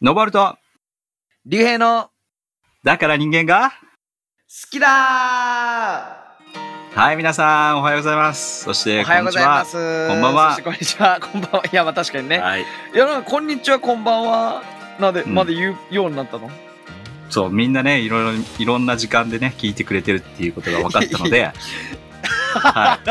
登ると、竜兵のだから人間が、好きだはい、皆さん、おはようございます。そして、ーおはようございます。こんばんはこんにちは。 こんばんは。いや、まあ確かにこんね。にちは。はい。いや、なんかこんにちは、こんばんは。なんで、うんまだ言うようになったのそう、みんなね、いろいろ、いろんな時間でね、聞いてくれてるっていうことが分かったの で、はい。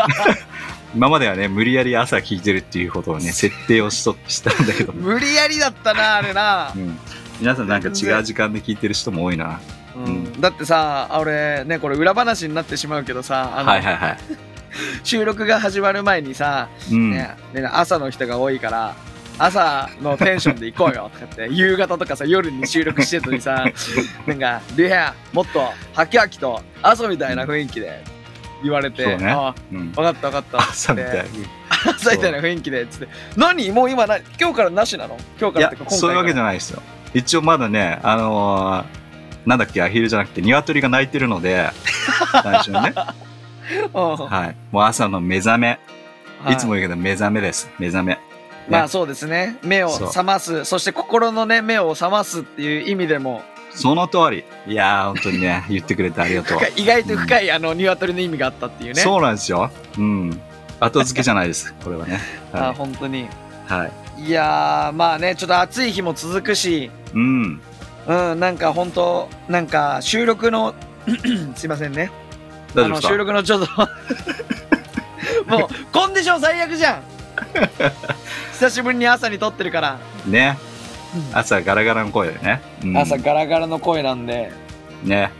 今まではね、無理やり朝聞いてるっていうことをね、設定をしとしたんだけど、 う無理やりだったな、あれな。ん。皆さんなんか違う時間で聞いてる人も多いな。うんんだってさ、あ俺ね、これ裏話になってしまうけどさ、あのはいはいはい。収録が始まる前にさ、うん。ねね朝の人が多いから、朝のテンションで行こ うよとかって、夕方とかさ、夜に収録してたのにさ、なんか、竜兵、もっと、はきはきと、朝みたいな雰囲気で言われて、そうねあうん分かった分かった朝みたいつって朝みたいな雰囲気で、つって、何もう今な、今日からなしなの今日いからっやてか、今回そういうわけじゃゃないですよ。一応まだね、あのーなんだっけ、アヒルじゃなくて、鶏が鳴いてるの で、最初にね。はい。もう朝の目覚め。いつも言うけど、目覚めです。目覚め。まあそうですね目をそう覚ますそして心のね目を覚ますっていう意味でもその通り。いやー、本当にね、言ってくれてありがとう。深い意外と深いあの鶏の意味があったっていうねそうなんですよ。うん。後付けじゃないです。これはね。あは本当にい。はい。いやーまあねちょっと暑い日も続くしうん。うんなんか本当なんか収録の すいませんね大あ丈夫のです収か録のちょっ ともうコンディション最悪じゃん久しぶりに朝に撮ってるから、ね。朝ガラガラの声でね。うん、朝ガラガラの声なんでね。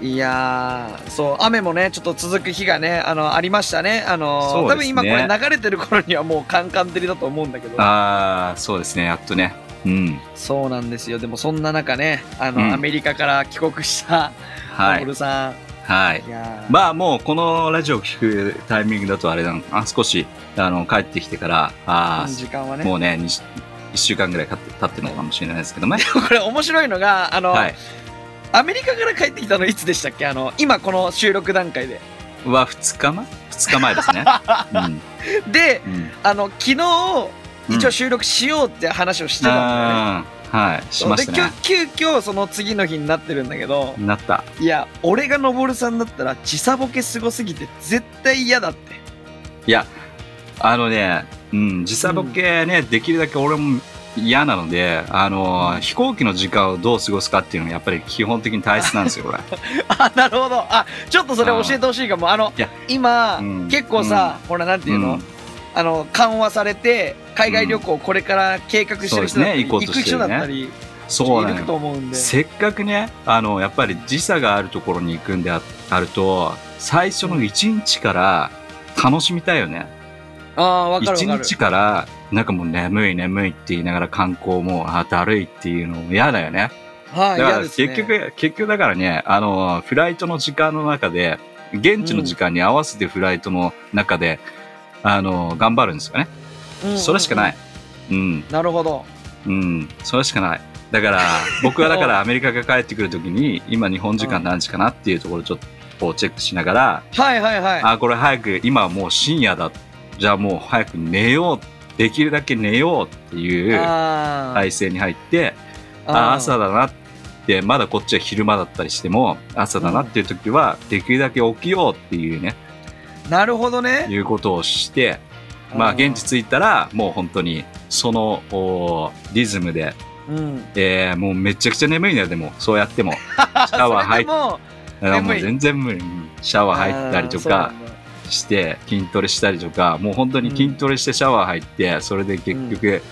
いやーそう雨もねちょっと続く日がねあのありましたねあのそう多です分ね今これ流れてる頃にはもうカンカン照りだと思うんだけどあー、そうですね。やっとね。うん。そうなんですよでもそんな中ねあの、うんアメリカから帰国したは小いル。さん、はいい、。やーまあもうこのラジオを聞くタイミングだとあれだなあ少しあの帰ってきてからあー時間はねもうね1週間ぐらい経って経ってるのかもしれないですけどね これ面白いのがあの、はいアメリカから帰ってきたのいつでしたっけあの今この収録段階では2日前2日前です ね、でうんうん、あの昨日うん一応収録しようって話をしてたんあーはいだしよね、までしたね急急遽その次の日になってるんだけど、なったいや俺がのぼるさんだったら時差ボケすごすぎて絶対嫌だって いやあのね、うん、時差ボケね、できるだけ俺も嫌なのであの、うん飛行機の時間をどう過ごすかっていうのがやっぱり基本的に大切なんです よこれあなるほどあちょっとそれ教えてほしいかもあのいや今、うん結構さ、ほらなんていううの、んあの緩和されて海外旅行これから計画してる人そうですだったり、ね行こうとし行くてる人ねだったりそういなのるよと思うんでせっかくねあのやっぱり時差があるところに行くんでああると最初の1日から楽しみたいよね、ああわかる一わかる日からなんかもう眠い眠いって言いながら観光もあだるいっていうのも嫌だよねだはいか嫌らで結すね局、結局だからねあのフライトの時間の中で現地の時間に合わせてフライトの中で、あの頑張るんですよね、うんそれしかないうんなるほどうん、それしかない。だから、僕はだ からアメリカが帰ってくるときに、今日本時間何時かなっていうところをちょっとこうチェックしながら、はいはいはいあ、これ早く、今はもう深夜だ。じゃあもう早く寝よう。できるだけ寝ようっていうあー体制に入って、あ、朝だなって、まだこっちは昼間だったりしても、朝だなっていうときは、できるだけ起きようっていうね、なるほどねいうことをして、まあ現地着いたら、もう本当に、そのおリズムでうんえー、もうめちゃくちゃ眠いねでもそうやってもシャワー入っそれであーもも眠うい全然無理シャワー入ったりとかあーそうなんだして筋トレしたりとかもう本当に筋トレしてシャワー入って、それで結局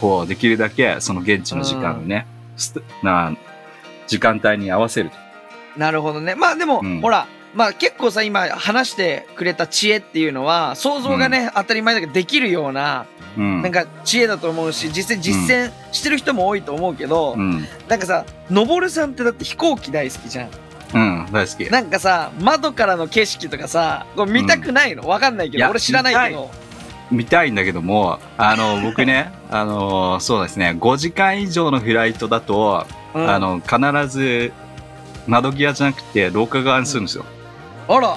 こうできるだけその現地の時間をね、ストな時間帯に合わせるなるほどね。まあでも、うんほら、まあ結構さ、今話してくれた知恵っていうのは、想像がね、当たり前だけどできるような、うんなんか知恵だと思うし、実際実践してる人も多いと思うけど、うん、なんかさ、のぼるさんってだって飛行機大好きじゃん。うん、大好きなんかさ、窓からの景色とかさ、こう見たくないのわかんないけいど、や俺知らないけど。見たいんだけどもあ の僕ねあのそうですね5時間以上のフライトだと、うんあ、の必ず窓際じゃなくて廊下側にするんですよ、あら、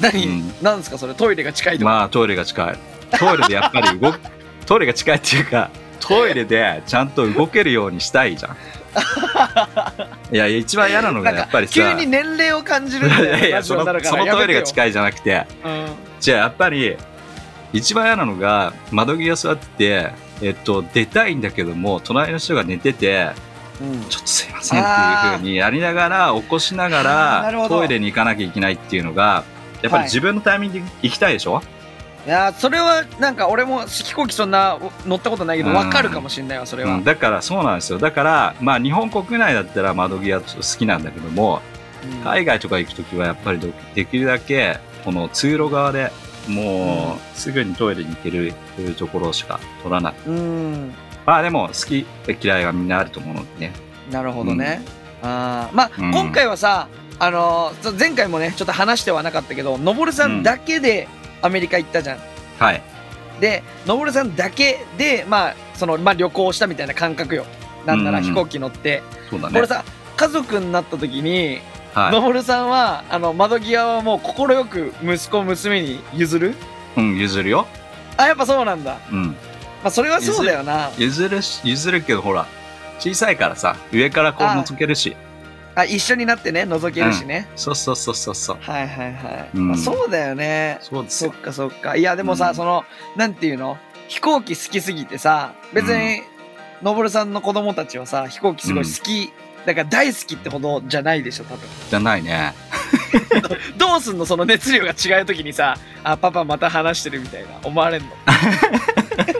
何、うんなんですかそれ、トイレが近いとか。 まあトイレが近いトイレでやっぱり動くトイレが近いっていうかトイレでちゃんと動けるようにしたいじゃん。 いや、一番嫌なのがやっぱりさ、急に年齢を感じるみいたや いいなラやジそオのになるかそらのトイレがい、近いじゃなくて、うんじゃあやっぱり、一番嫌なのが、窓際座ってて、えっと、出たいんだけども、隣の人が寝てて、うんちょっとすいませんっていうふうにやりながら起こしながあーなるらほどトイレに行かなきゃいけないっていうのがやっぱはりい自分のタイミングで行きたいでしょ、いやーそれはなんか俺も飛行機そんな乗ったことないけどうん分かるかもしれないわそれは、うんだからそうなんですよだからまあ日本国内だったら窓際ちょっと好きなんだけどもうん海外とか行く時はやっぱりどできるだけこの通路側でもうすぐにトイレに行けるというところしか取らないうんまあでも好き嫌いはみんなあると思うのでねなるほどね、あーまあ、うん今回はさあのーそう前回もねちょっと話してはなかったけどのぼるさんだけでアメリカ行ったじゃん、はいでのぼるさんだけでまあその、まあ、旅行したみたいな感覚よなんならうん飛行機乗って、そうだこねれさ家族になった時に、はのぼるさんはあの窓際はもう快く息子娘に譲るい、うん譲るよあやっぱそうなんだうんまあそれはそうだよな。譲るし譲るけどほら小さいからさ上からこうああ覗けるしあ一緒になってね覗けるしね。そうそうそうそうそうはいはいはい。うんまあ、そうだよね。そうです そっよかそっか。いやでもさ、うんそのなんていうの飛行機好きすぎてさ別に、のぼるさんの子供たちはさ飛行機すごい好き、だから大好きってほどじゃないでしょ多分。じゃないねどうすんのその熱量が違う時にさあパパまた話してるみたいな思われ んの。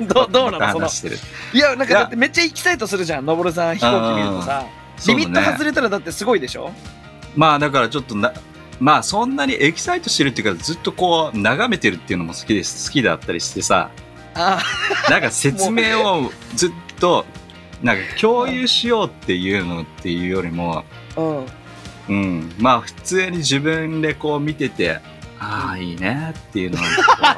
どどうなまたのその話してるいやなんいかやだってめっちゃエキサイトするじゃんのぼるさん飛行機見るとさそリうミットだ外ねれたらだってすごいでしょまあだからちょっとなまあそんなにエキサイトしてるっていうかずっとこう眺めてるっていうのも好きです好きだったりしてさあーなんか説明 をずっとなんか共有しようっていうのっていうよりもうん、うんまあ普通に自分でこう見ててああいいねっていうのをこ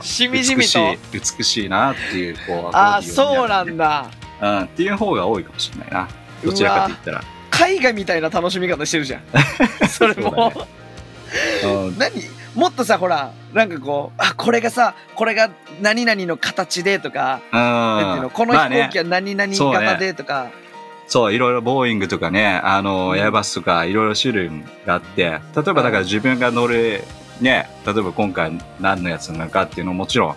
う しみじ美みしとい美しいなっていうこうアコあーディオンあみたいそうなんだうん、っていう方が多いかもしれないな。どちらかと言ったら。絵画みたいな楽しみ方してるじ ゃんそれもそううん何もっとさほらなんかこうあこれがさこれが何々の形でとか、なんていうのこのまあ飛行ね機、は何々そう型ねでとか、そう、いろいろボーイングとかね、あうの、んエアバスとかいろいろ種類があって、例えばだから自分が乗る、ね、例えば今回何のやつなのかっていうのももちろん、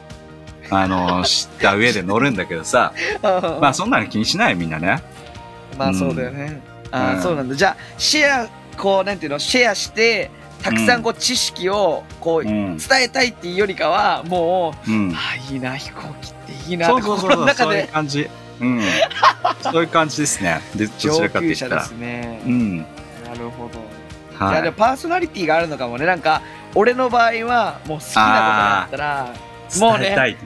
あ の、知った上で乗るんだけどさ、うんまあそんなの気にしないみんなね。 まあそうだよね、あうあんそうなんだじゃあシェアこうなんていうのシェアしてたくさんこう知識をこう、うん。伝えたいっていうよりかはもううん。ああいいな飛行機っていいなそうそうそう心そのう、中そういうで感じ。うん。そういう感じですね。で、どち上らかと言級っ者たでらす。ね、うん。なるほどいはやでいも。パーソナリティがあるのかもねなんか俺の場合はもう好きなことだったもうね伝えたいな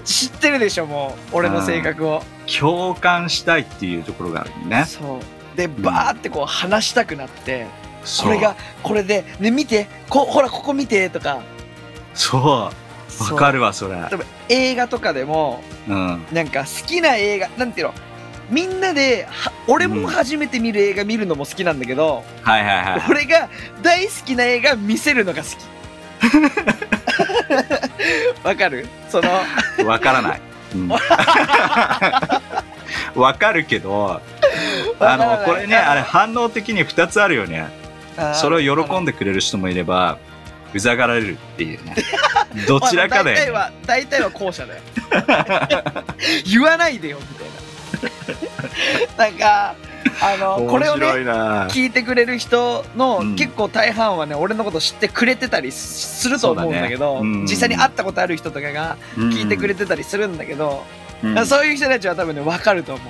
らし知ってるでしょもう俺の性格を共感したいっていうところがあるね。そうでバーってこう話したくなって、そこうれがこれでね見てこほらここ見てとかそそううわかるわそれ例えば映画とかでもうんなんか好きな映画なんていうのみんなでは俺うんも初めて見る映画見るのも好きなんだけど、はいはいはい俺が大好きな映画見せるの が好きわかるその わからないうんわ、かるけどあわからなのいこれねあれ反応的に2つあるよねそれを喜んででくれる人もいればうざがられるっていう ねどちらかだ大体よねは大体は後者だよ 言わないでよみたいな なんかあのこ面れを白ねいな、聞いてくれる人のうん結構大半はね、俺のこと知ってくれてたりすると思うんだけどそうだねうん実際に会ったことある人とかがうん聞いてくれてたりするんだけど、うんそういう人たちは多分ね分かると思う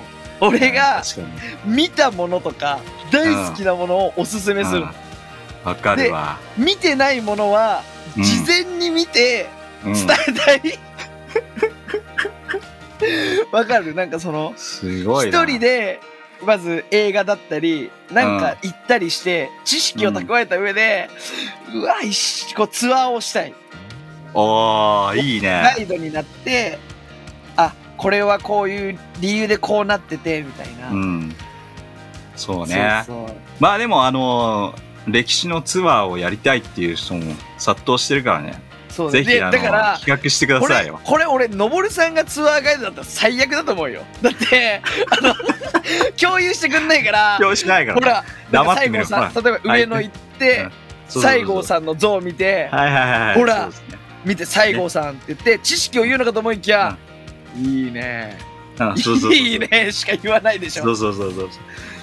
俺が確かに見たものとか大好きなものをおすすめするの、うんわかるわ、見てないものはうん事前に見てうん伝えたいわ、かるなんかそのすごいな一人でまず映画だったりなんか行ったりして知識を蓄えた上で、うわいしこうツアーをしたいおーいいねガイドになってあこれはこういう理由でこうなっててみたいな、うんそうねそうそうまあでもあのー歴史のツアーをやりたいっていう人も殺到してるからね。そうぜひ、であだのから、企画してくだこさいれよ。これ俺のぼるさんがツアーガイドだったら最悪だと思うよだってあの共有してくんないから表しないかほら。らなん黙かって西み郷ろさん例えば上野行って、はいうんそうそうそう西郷さんの像を見て、はいはいはいはい。ほらそうですね見て西郷さんって言って知識を言うのかと思いきや、いいねうんそうそうそういいねしか言わないでしょそうそうそうそう。だか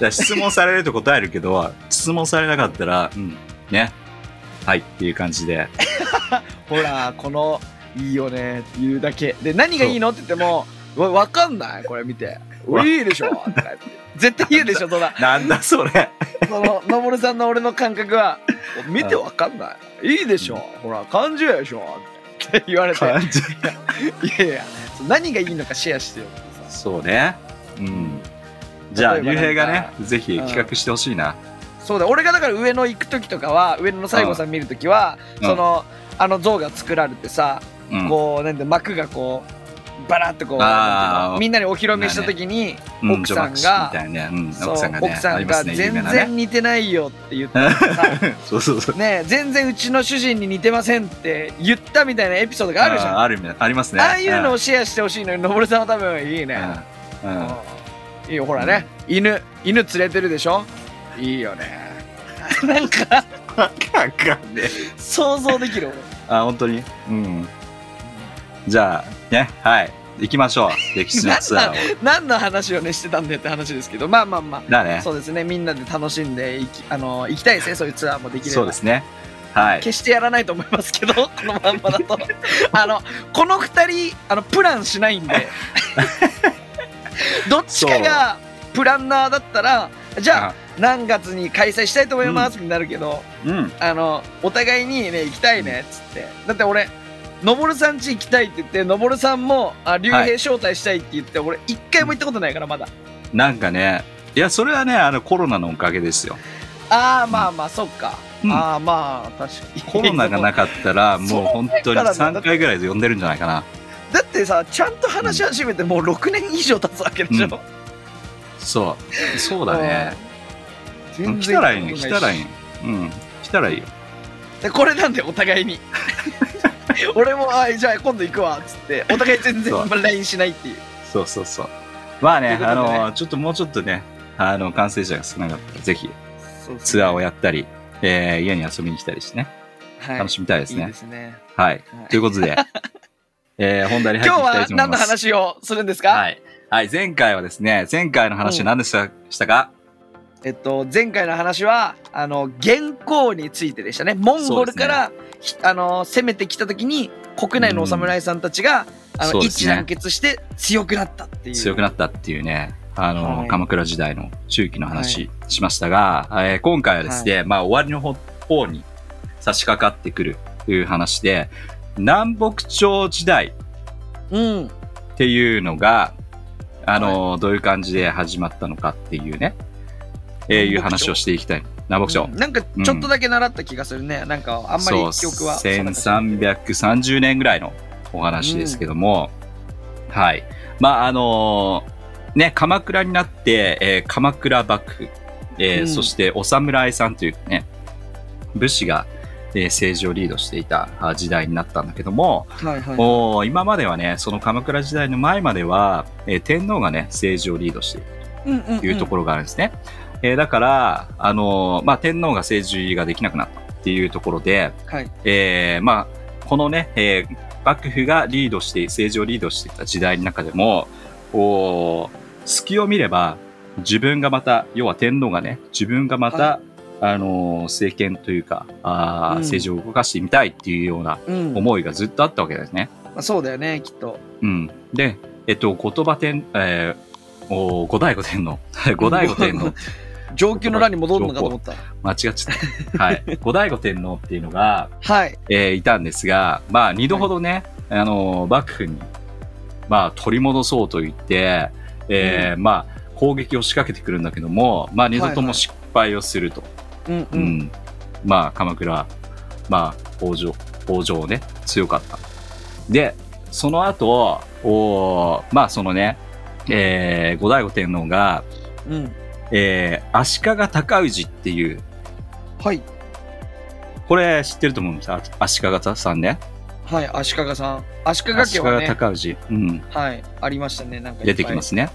ら質問されると答えるけど、質問されなかったら、うん、ね。はいっていう感じで。ほらこのいいよねって言うだけで何がいいのって言ってもわわかんないこれ見てわいいでしょとか言って絶対言うでしょそんななんだそ れ。そののぼるさんの俺の感覚は見てわかんないいいでしょほら感じるでしょって言われていや感じ。いやそう何がいいのかシェアしてよってさそうね。うん。じゃあ、例えば竜なんか兵がね、ぜひ企画してほしいな。そうだ俺がだから上野行く時とかは上野の西郷さん見る時は、うんそのあの像が作られてさ、うん。こうなんて幕がこうバラッとこうあーなんていうのみんなにお披露目した時に、う奥さんがジョバックスみたいなね。うん、そう奥さんがね、奥さありんまがすね、有名全なね。然似てないよっ て言ったさそうそうそう。ねえ全然うちの主人に似てませんって言ったみたいなエピソードがあるじゃんあああるみたいありますね。あいうのをシェアしてほしいのにのぼるさんは多分いいね、うん。うん。うんいいよほらね、犬犬連れてるでしょいいよね なんかわかんねえ想像できる俺あ、本当にうん。じゃあ、ね、はい。行きましょう。歴史のツアーを。何の話をねしてたんだよって話ですけどまあまあまあだね。そうですねみんなで楽しんでいきあの行きたいですねそういうツアーもできればそうですね。はい。決してやらないと思いますけど このまんまだとあのこの2人あのプランしないん でどっちかがプランナーだったらじゃあ何月に開催したいと思いますになるけど、うん。あのお互いにね行きたいねっつってだって俺のぼるさん家行きたいって言ってのぼるさんもあ竜はい兵招待したいって言って、俺一回も行ったことないからまだなんかね、いや、それはね、あの、コロナのおかげですよ。ああまあまあそっか、うんああまあ確かにコロナがなかったら、そもうう本当にそうだからな3回ぐらいで呼んでるんじゃないかな。だってさちゃんと話し始めてもう6年以上経つわけでしょ、うんそう。そうだね。う全ん来然たらいいね。行来ったことならいいしい。うん。来たらいいよ。でこれなんでお互い に俺もあじゃあ今度行くわっつってお互い全然そう LINE しないっていうそうそうそう。まあね、というこあとでねの、ちょっともうちょっとね、あの、感染者が少なかったら、ぜひそうツアーをややったり、えー家に遊びに来たりしてね、楽しみたいですいいねで。すねはい。はいということで、えー本題に入ってい今日きたいはと思い何まのす。話をするんですか、はい。はい、前回はですね、前回の話は何でした,、したかえっと前回の話はあの元寇についてでしたねモンゴルから、ひあの攻めてきた時に国内のお侍さんたちが、あそのうです一致ね団結して強くなったっていう強くなったっていうね、あの、はい鎌倉時代の中期の話しましたが、えー今回はですね、まあ終わりの方方に差し掛かってくるという話で、南北朝時代うんっていうのが、あの、どういう感じで始まったのかっていうね、えー南北朝いう話をしていきたい。南北朝。うんなんかちょっとだけ習った気がするね、なんかあんまり記憶はそう定かじゃない1330年ぐらいのお話ですけども、はいまああのーね鎌倉になって、えー鎌倉幕府、えーうんそしてお侍さんというね武士が、えー政治をリードしていたあ時代になったんだけども、はいはいもう今まではねその鎌倉時代の前までは、えー天皇がね政治をリードしていたうんうんいうところがあるんですね。えーだから、あのーまあ、天皇が政治ができなくなったっていうところで、はいえーまあ、このね、えー幕府がリードして、政治をリードしていた時代の中でも、こう隙を見れば、自分がまた、要は天皇がね、自分がまた、はあのー政権というか、あーうん政治を動かしてみたいっていうようなうんま思いがずっとあったわけですね。あ、そうだよねきっとうん。で、えっと、言葉天、えー、お後醍醐天 皇。後醍醐天皇上級の欄に戻るのかと思った間違っちゃった。はい。後醍醐天皇っていうのが、はいえーいたんですが、まあ、二度ほどね、あのー、幕府に、まあ、取り戻そうと言って、えーまあ、攻撃を仕掛けてくるんだけども、まあ、二度とも失敗をすると。うんうん、うん。まあ、鎌倉、まあ、北条、北条ね、強かった。で、その後、おーまあ、そのね、えー、後醍醐天皇が、うん、えー、足利尊氏っていう、はいこれ知ってると思うんですあ足利さんね。はい、足利さん。足利足家利はね、尊氏、うん、はい、ありましたね。なんかいっぱい出てきま。すね。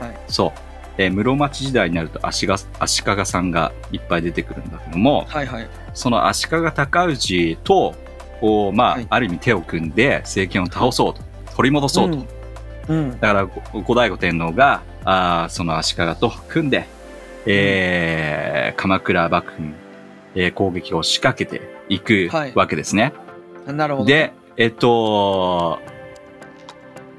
はい。そう。えー室町時代になると足が足利さんがいっぱい出てくるんだけども、はいはい。その足利尊氏と、こう、まあ、はいある意味手を組んで政権を倒そうと、取り戻そうと。と。うん。だからご後醍醐天皇があーその足利と組んで、えー鎌倉幕府に、えー攻撃を仕掛けていくはいわけですね。なるほど。で、えっと、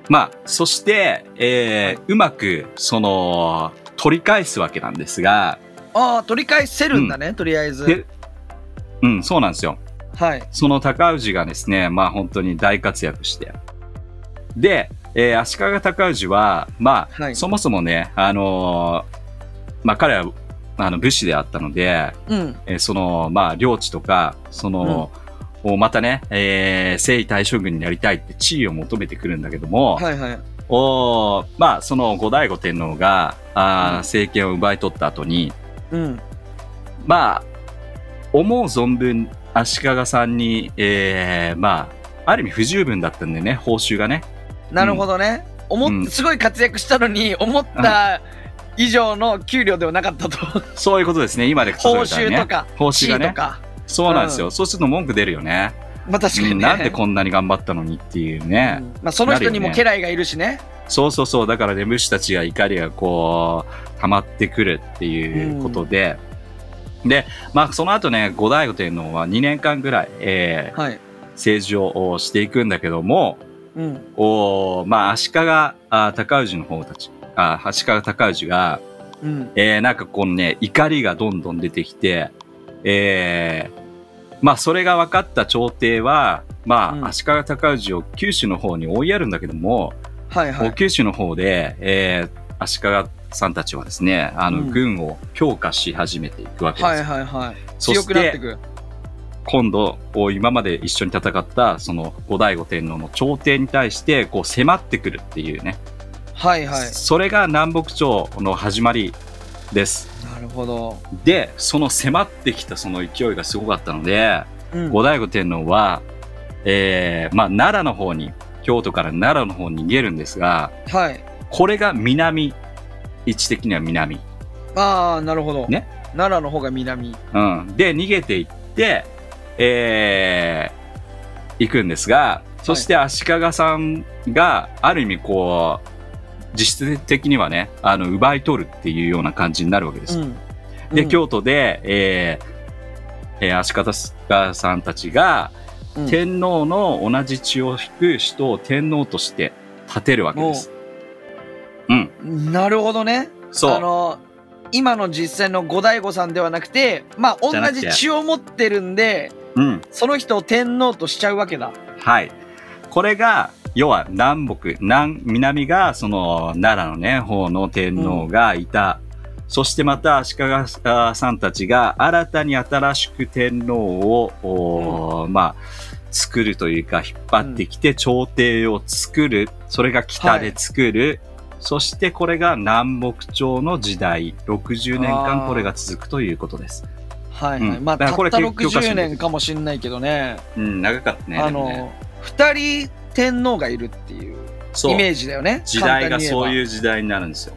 まあ、そして、えーうまく、その、取り返すわけなんですが、ああ、取り返せるんだね、とりあえず。でうん、そうなんですよ。はい。その高氏がですね、まあ本当に大活躍して。で、えー足利高氏は、まあ、はいそもそもね、あのーまあ彼はあの武士であったので、うん。えーその、まあ領地とか、その、をまたね、えー、征夷大将軍になりたいって地位を求めてくるんだけども、はいはい。おーまあその後醍醐天皇があー、うん政権を奪い取った後に、うん。まあ、思う存分、足利さんに、えーまあ、ある意味不十分だったんでね、報酬がね。なるほどね。思っうんすごい活躍したのに、思った以上の給料ではなかったと。 そういうことですね、今で数報えたら酬ね。とか、報酬地が位とね。か。そうなんですよ。うそうすると文句出るよね。まあ確かにうね。んなんでこんなに頑張ったのにっていうね。うんまあその人にもなるよね家来がいるしね。そうそうそう。だからね、武士たちが怒りがこう、溜まってくるっていうことで。で、まあ、その後ね、後醍醐天皇は2年間ぐらい、えーはい。政治をおしていくんだけども、うん。おーまあ、足利あー尊氏の方たち、あー足利尊氏が、うん。えーなんかこのね、怒りがどんどん出てきて、えーまあ、それが分かった朝廷は、まあ、うん足利尊氏を九州の方に追いやるんだけども、はいはおい。九州の方で、えー足利さんたちはですね、あの、うん軍を強化し始めていくわけですよ。はいはいはい。そ強しくなってて、く。今度、お今まで一緒に戦った、その、後醍醐天皇の朝廷に対して、こう、迫ってくるっていうね、はいはい。それが南北朝の始まりです。なるほど。で、その迫ってきたその勢いがすごかったので、うん後醍醐天皇は、えーまあ、奈良の方に、京都から奈良の方に逃げるんですが、はい。これが南、位置的には南。ああ、なるほど。ね奈良の方が南。うん。で、逃げていって、えー行くんですが、そして足利さんが、ある意味こう、実質的にはね、あの、奪い取るっていうような感じになるわけです。うん。で、うん、京都で、えーえー足利さんたちが、うん天皇の同じ血を引く人を天皇として立てるわけです。うん、なるほどね。あそう。の、今の実際の後醍醐さんではなくて、まあ、同じゃなくてじ血を持ってるんで、うん、その人を天皇としちゃうわけだ。はい。これが、要は南北、南、南が、その、奈良のね、方の天皇がいた。そしてまた足利さんたちが新たに新しく天皇を、おーまあ、作るというか引っ張ってきて朝廷を作る。それが北で作る。そしてこれが南北朝の時代。60年あ間ーこれが続くということです。はいはい。うんまあ、だたかっらたこれ教科書60に出てくる年かもしんないけどね。うん、長かったね。あでもねの、二人天皇がいるっていうそうイメージだよね。時代がそうう。いう時代になるんですよ。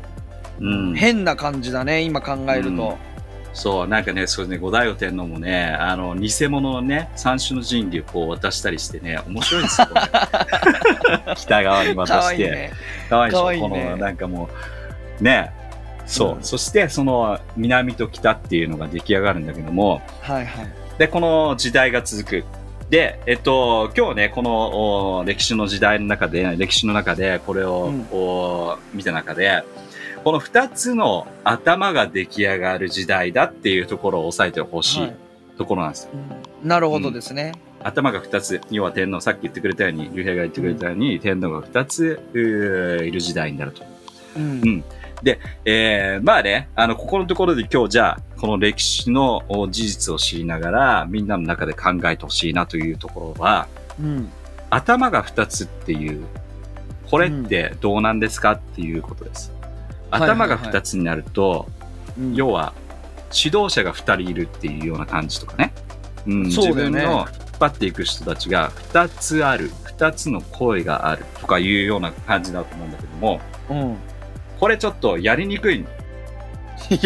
うん。変な感じだね、今考えると。そう、なんかね、そうね、後醍醐天皇もね、あの、偽物のね、三種の神器をこう渡したりしてね、面白いんですよ、これ 北側にか渡わしいい て。ね。かわいいでしょ、可愛いねこの、なんかもう、ね、そう、うんそして、その、南と北っていうのが出来上がるんだけども、はいはい。で、この時代が続く。で、えっと、今日ね、このお歴史の時代の中で、歴史の中で、これを、うんお見た中で、この二つの頭が出来上がる時代だっていうところを押さえてほしはいいところなんですよ。うんなるほどですね。頭が二つ、要は天皇、さっき言ってくれたように、竜兵が言ってくれたように、天皇が二つうーいる時代になると。うんうんえー、まあね、あの、ここのところで今日じゃあ、この歴史のお事実を知りながら、みんなの中で考えてほしいなというところは、うん。頭が2つっていう、これってどうなんですかっていうことです。はいはいはい頭が2つになると、うん要は、指導者が2人いるっていうような感じとかね。うん、そう自だよ分ねの張っていく人たちが2つある2つの声があるとかいうような感じだと思うんだけどもうん。これちょっとやりにくいい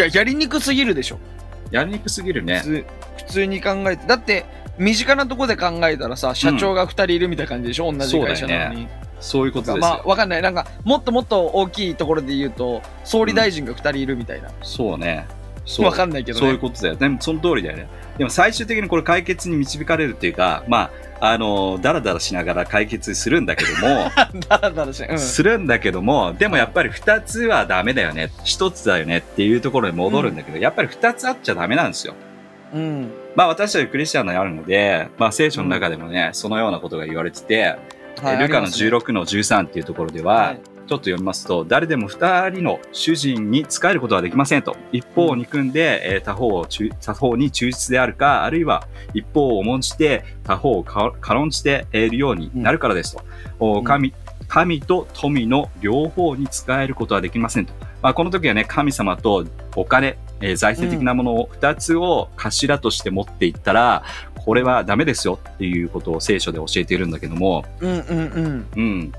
や、やりにくすぎるでしょ。やりにくすぎるね普通普通に考えて。だって、身近なとこで考えたらさ、社長が2人いるみたいな感じでしょ、同じ会社なのに。そういうことですまあ、よわかんない。なんか、もっともっと大きいところで言うと、総理大臣が2人いるみたいな。そうねそうわかんないけどね。そういうことだよでもその通りだよねでも最終的にこれ解決に導かれるっていうかまああのダラダラしながら解決するんだけども だらだらしない。うん。するんだけども、でもやっぱり2つはダメだよね。1つだよねっていうところに戻るんだけど、やっぱり2つあっちゃダメなんですよ。うんまあ私たちクリスチャンであるので、まあ聖書の中でもね、そのようなことが言われてて、はいえルカありのますね16の13っていうところでは、はいちょっと読みますと、誰でも2人の主人に仕えることはできませんと。一方を憎んで、えー他方を忠他方に忠実であるか、あるいは一方を重んじて、他方をか軽んじているようになるからですと。おうん神神と富の両方に仕えることはできませんと。まあ、この時はね、神様とお金、えー財政的なものを2つを頭として持っていったら、これはダメですよっていうことを聖書で教えているんだけども、うんうんうん。うん。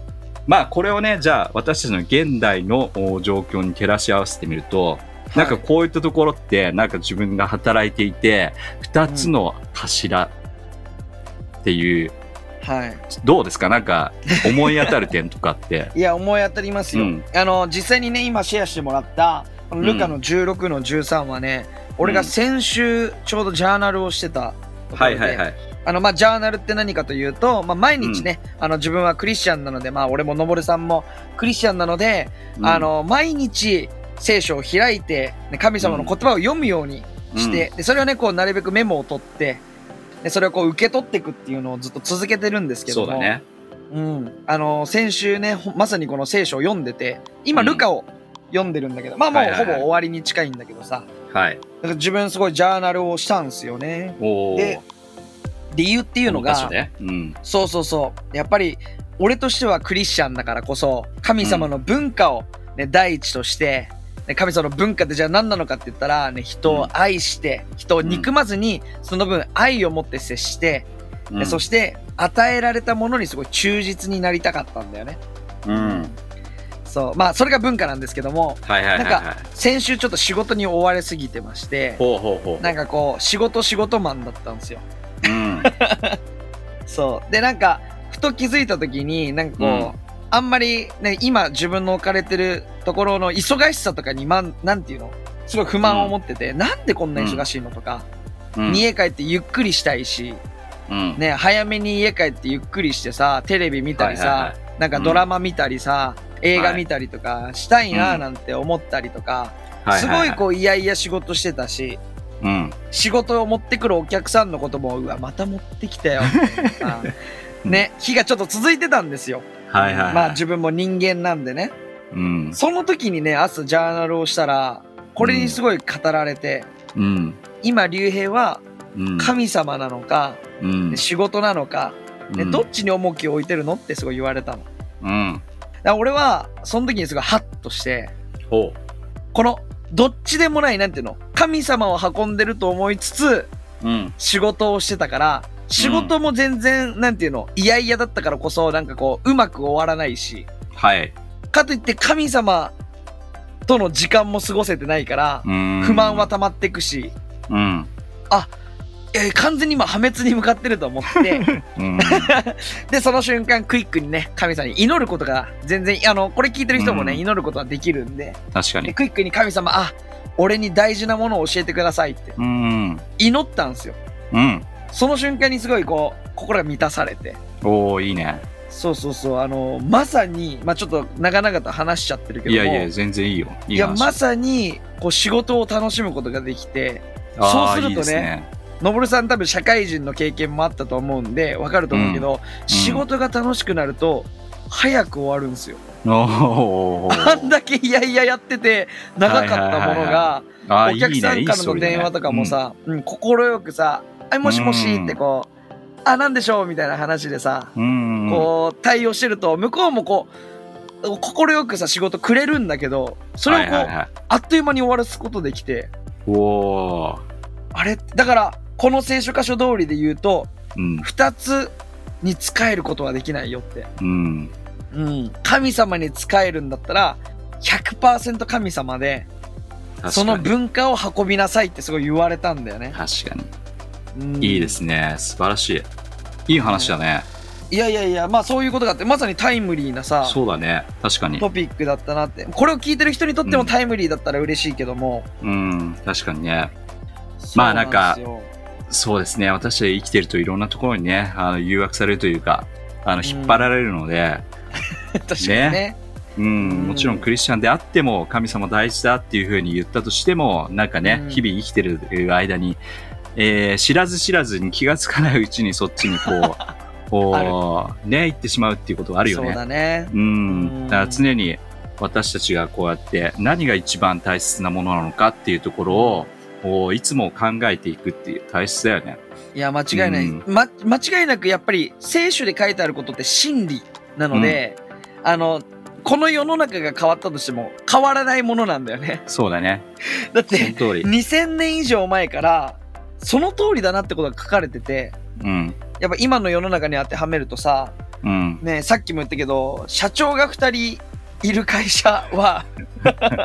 まあこれをね、じゃあ私たちの現代のお状況に照らし合わせてみると、なんかはいこういったところって、なんか自分が働いていて、二つの柱っていう、はい。どうですかなんか思い当たる点とか って。いや、思い当たりますよ。うんあの、実際にね、今シェアしてもらった、このルカの16の13はね、俺が先週ちょうどジャーナルをしてたところで、い。あの、まあ、ジャーナルって何かというと、まあ、毎日ね、あの、自分はクリスチャンなので、まあ、俺ものぼるさんもクリスチャンなので、うんあ、の、毎日聖書を開いて、ね神様の言葉を読むようにして、でそれをねこうなるべくメモを取ってでそれをこう受け取っていくっていうのをずっと続けてるんでうすんけそどうだもね。うん、あの先週ねほまさにこの聖書を読んでて今うんルカを読んでるんだけど、まあもうはいはいはほいぼ終わりに近いんだけどさ、はい。だから自分すごいジャーナルをしたんですよねおーで理由っていうのこ箇が所ね。うん。そうそうそうやっぱり俺としてはクリスチャンだからこそ神様の文化を、ね第一として、ね、神様の文化ってじゃあ何なのかって言ったら、ね、人を愛して、人を憎まずにその分愛を持って接して、うねんそして与えられたものにすごい忠実になりたかったんだよね。うん。そうまあそれが文化なんですけどもはいはいはいなんはい。先週ちょっと仕事に追われすぎてましてほうほうほう。なんかこう仕事仕事マンだったんですよ。うん。そうでなんかふと気づいた時になんかこう、うんあんまり、ね、今自分の置かれてるところの忙しさとかにまんなんていうのすごい不満を持ってて、なんでこんな忙しいのとか、うん家帰ってゆっくりしたいし、うん。ね、早めに家帰ってゆっくりしてさテレビ見たりさ、はいはいなんかドラマ見たりさ、映画見たりとかしたいなうーんなんて思ったりとか、はい。すごいこういやいや仕事してたしう。うん。仕事を持ってくるお客さんのこともうわまた持ってきた よあーね日がちょっと続いてたんですよ、はいはいはい。まあ自分も人間なんでねうん。その時にね朝ジャーナルをしたらこれにすごい語られて、うん。今竜兵はうん。神様なのか、うん。仕事なのか、ねうんどっちに重きを置いてるのってすごい言われたのだかうん。ら俺はその時にすごいハッとしてほこのどっちでもないなんていうの神様を運んでると思いつつう。うん。仕事をしてたから仕事も全然、なんていうのいやいやだったからこそなんかこううまく終わらないしはい。かといって神様との時間も過ごせてないから不不満は、溜まってくし、うん。えー完全に今破滅に向かってると思ってうん。でその瞬間クイックにね神様に祈ることが全然あのこれ聞いてる人もね、うん祈ることができるんで確かでに。 クイックに神様あ俺に大事なものを教えてくださいってうん。祈ったんですようん。その瞬間にすごいこう心が満たされておおいいね。そうそうそうあのまさに、まあ、ちょっと長々と話しちゃってるけどいもやいや、全然いいよ。いいいや話まさにこう仕事を楽しむことができてあーそうするとねいいですね。のぼるさん多分社会人の経験もあったと思うんでわかると思うけど、仕事が楽しくなると早く終わるんですよ、おお。あんだけいやいややってて長かったものがあーお客さいんいねからの電話とかも、さ快、うん快くさ「あもしもし」ってこう「あなんでしょう」みたいな話でいさいストーリーだねうん。うんこう対応してると向こうもこう快くさ仕事くれるんだけどそれをこう、はいはいはいあっという間に終わらすことできておお。あれだからこの聖書箇所通りで言うとうん。二つに仕えることはできないよって。うん。うん。神様に仕えるんだったら、100%神様で、確かに。その文化を運びなさいってすごい言われたんだよね。確かに。うんいいですね。素晴らしい。いい話だね。いやいやいや、まあそういうことがあって、まさにタイムリーなさ、そうだね。確かに。トピックだったなって。これを聞いてる人にとってうんもタイムリーだったら嬉しいけども。うん。確かにね。そうなんかですよそうですね。私たち生きてるといろんなところにね、あの誘惑されるというか、あの、うん引っ張られるので、 確かにねね。うん、うんもちろんクリスチャンであっても、神様大事だっていうふうに言ったとしても、なんかね、うん日々生きてる間に、えー知らず知らずに気がつかないうちにそっちにこ う、こう、ね、行ってしまうっていうことはあるよね。そうだね。うん、うんだから常に私たちがこうやって何が一番大切なものなのかっていうところをこういつも考えていくっていう大切だよね。いや、間違いない。うんま、間違いなくやっぱり聖書で書いてあることって真理なので、あの、この世の中が変わったとしても変わらないものなんだよね。 そうだね。だっそのて、通り。 2000年以上前から、その通りだなってことが書かれてて、うん。やっぱ今の世の中に当てはめるとさ、うん。ねさっきも言ったけど社長が2人いる会社は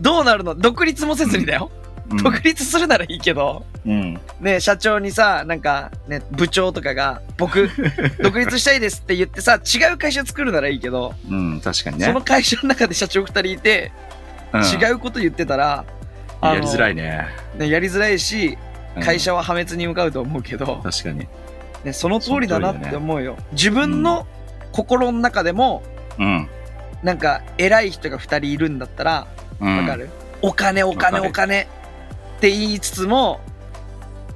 どうなるの独立もせずにだよ、うん独立するならいいけどうん。ね社長にさなんか、ね、部長とかが「僕 独立したいです」って言ってさ違う会社作るならいいけど、うん。確かにね。その会社の中で社長2人いて、うん違うこと言ってたらやりづらい、いね。ね、やりづらいしうん会社は破滅に向かうと思うけど、確かに。ね、その通りだなその通りだねって思うよ。自分の心の中でも、うん。なんか偉い人が2人いるんだったらうん。わかる、お金お金わかるお金って言いつつも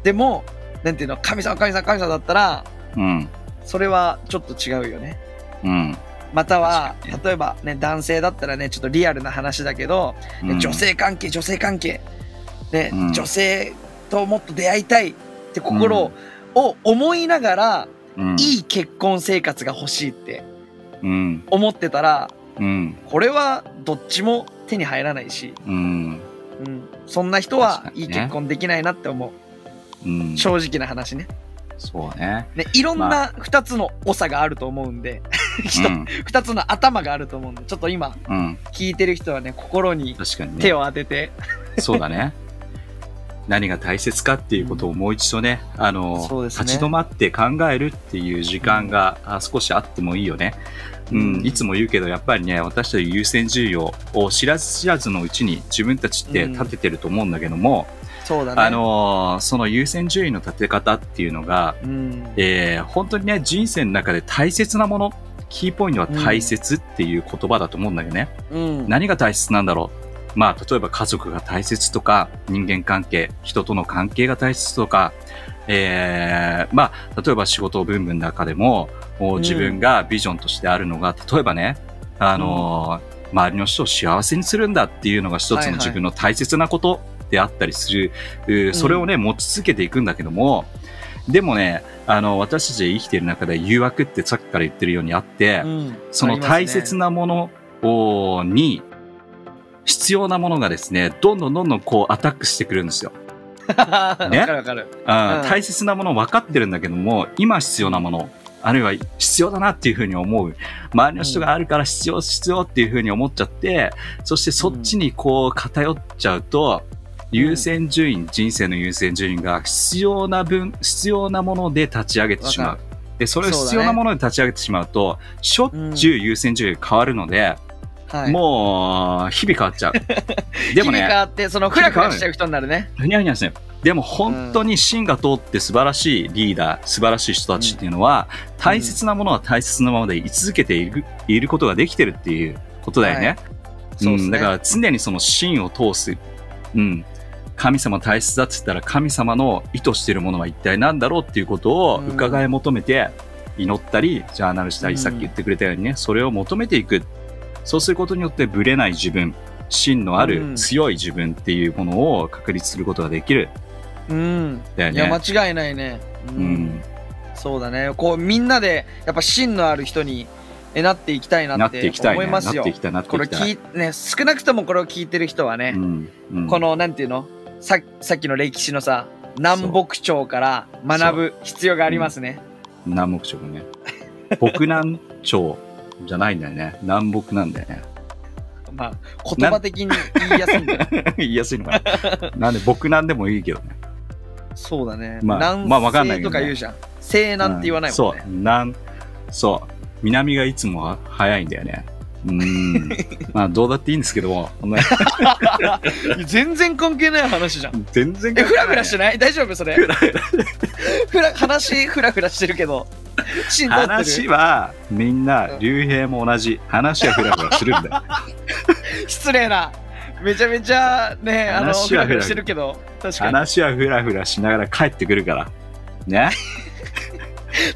でもなんていうの神様神様神様だったらうん。それはちょっと違うよねうん。または確かに例えばね男性だったらねちょっとリアルな話だけど、ねうん女。性関係女性関係、ねうん女性ともっと出会いたいって心を,、思いながら、うん。いい結婚生活が欲しいってうん。思ってたらうん。これはどっちも手に入らないしうん。うん、そんな人確かはにねいい結婚できないなって思うう、ん。正直な話ねそうね。ねいろんまな2つの長があると思うんで、う 人ん。 2つの頭があると思うんでちょっと今うん。聞いてる人はね心に確かにね。手を当てて、そうだね。何が大切かっていうことをもう一度ね、あの、そうです立ねち止まって考えるっていう時間が、あ少しあってもいいよね。うん、うんいつも言うけど、やっぱりね、私たち優先順位を知らず知らずのうちに自分たちって立ててると思うんだけども、そうだねあの、その優先順位の立て方っていうのが、うん、えー本当にね、人生の中で大切なもの、キーポイントは大切っていう言葉だと思うんだよね。うん、何が大切なんだろうまあ例えば家族が大切とか人間関係人との関係が大切とか、えーまあ例えば仕事分部の中でももううん自分がビジョンとしてあるのが、例えばねあのー周りの人を幸せにするんだっていうのが一つはいのはい自分の大切なことであったりする、うーんそれをね持ち続けていくんだけどもでもねあの私たちが生きている中で誘惑ってさっきから言ってるようにあって、うんその大切ななものをに必要なものがですね、どんどんどんどんこうアタックしてくるんですよ。 わ、ねかるわかるあーうん大切なもの分かってるんだけども、今必要なもの、あるいは必要だなっていうふうに思う。周りの人があるから必要、必要っていうふうに思っちゃって、そしてそっちにこう偏っちゃうと、優先順位、人生の優先順位が必要な分、必要なもので立ち上げてしまわうか。で、それをそうだね必要なもので立ち上げてしまうと、しょっちゅう優先順位が変わるので、はいもう、日々変わっちゃう。 でも日々変ね、わってそのフラフラしちゃう人になるねふにゃふにゃしてるでも本当に芯が通って素晴らしいリーダー、素晴らしい人たちっていうのは、大切なものは大切なままで居続けているいることができてるっていうことだよね。そううっすん、ねだから常にその芯を通す。うん。神様大切だって言ったら神様の意図しているものは一体何だろうっていうことをうん伺い求めて祈ったり、ジャーナルしたり、うんさっき言ってくれたようにね、それを求めていく。そうすることによってブレない自分、芯のあうるん強い自分っていうものを確立することができる。うんだよいやね。間違いないねううんん。そうだね。こう、みんなで、やっぱ芯のある人にえなっていきたいななっってていきたい思ね。いなまっすよ。ていきたい、なってこいれきたい。聞い、ね、少なくともこれを聞いてる人はね、うんうんこの、なんていうのささっきの歴史のさ、南北朝から学ぶ必要がありますね。南北朝がね。北南朝じゃないんだよね。南北なんだよね。まあ、言葉的に言いやすいんだよ。 言いやすいのかな。なんで、僕なんでもいいけどね。 そうだね。まあ南まあわかんない西けどとねか言うじゃん。西南って言わないもんう。そう、ね南、そう。南がいつもは早いんだよね。うー ん。まあ、どうだっていいんですけども、そんないや全然関係ない話じゃん。全然え、関係ない フラフラし てない大丈夫それ。ふら、 話、フラフラしてるけど。しんどって話る。はみんな竜兵も同じ話はフラフラするんだ よ失礼な。めちゃめちゃね、あの、フ話ラはフラしてるけど、確かに。話はフラフラしながら帰ってくるからね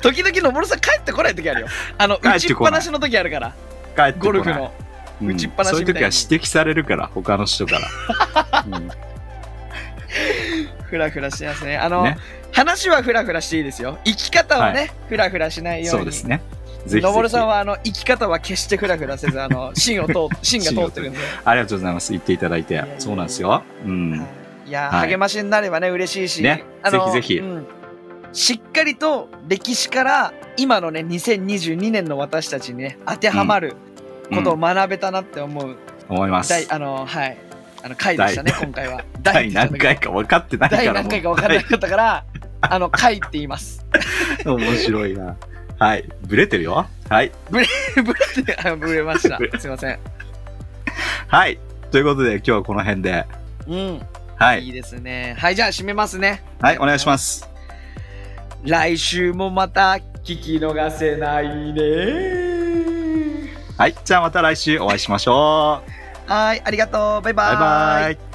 時々のぼるさん帰ってこない時あるよ。あの、帰打っちてっこなぱいなしの時あるから、帰ってゴこルフないの。うん打ちっぱなしそういうみたい時には指摘されるから他の人から うんフラフラしてますね。あの、ね話はフラフラしていいですよ。生き方はね、フラフラしないように。そうですねぜひぜひのぼるさんはあの生き方は決してフラフラせず、あの芯を通っ芯が通ってるんで、ありがとうございます言っていただいてやいやいやそうなんですようんいや、はい励ましになればね嬉しいし、ねあのぜひぜひうんしっかりと歴史から今のね2022年の私たちにね当てはまることを学べたなって思う、思いま第すあのはいあの回でしたね今回は 第第何回か分かってないから第何回か分かんなかったからあの回って言います もう面白いなはいブレてるよはいブレてあブレましたブレすいませんはいということで今日はこの辺でうんはいいいですねはいじゃあ締めますねはいお願いします来週もまた聞き逃せないねはいじゃあまた来週お会いしましょうはいありがとうバイババイイバイ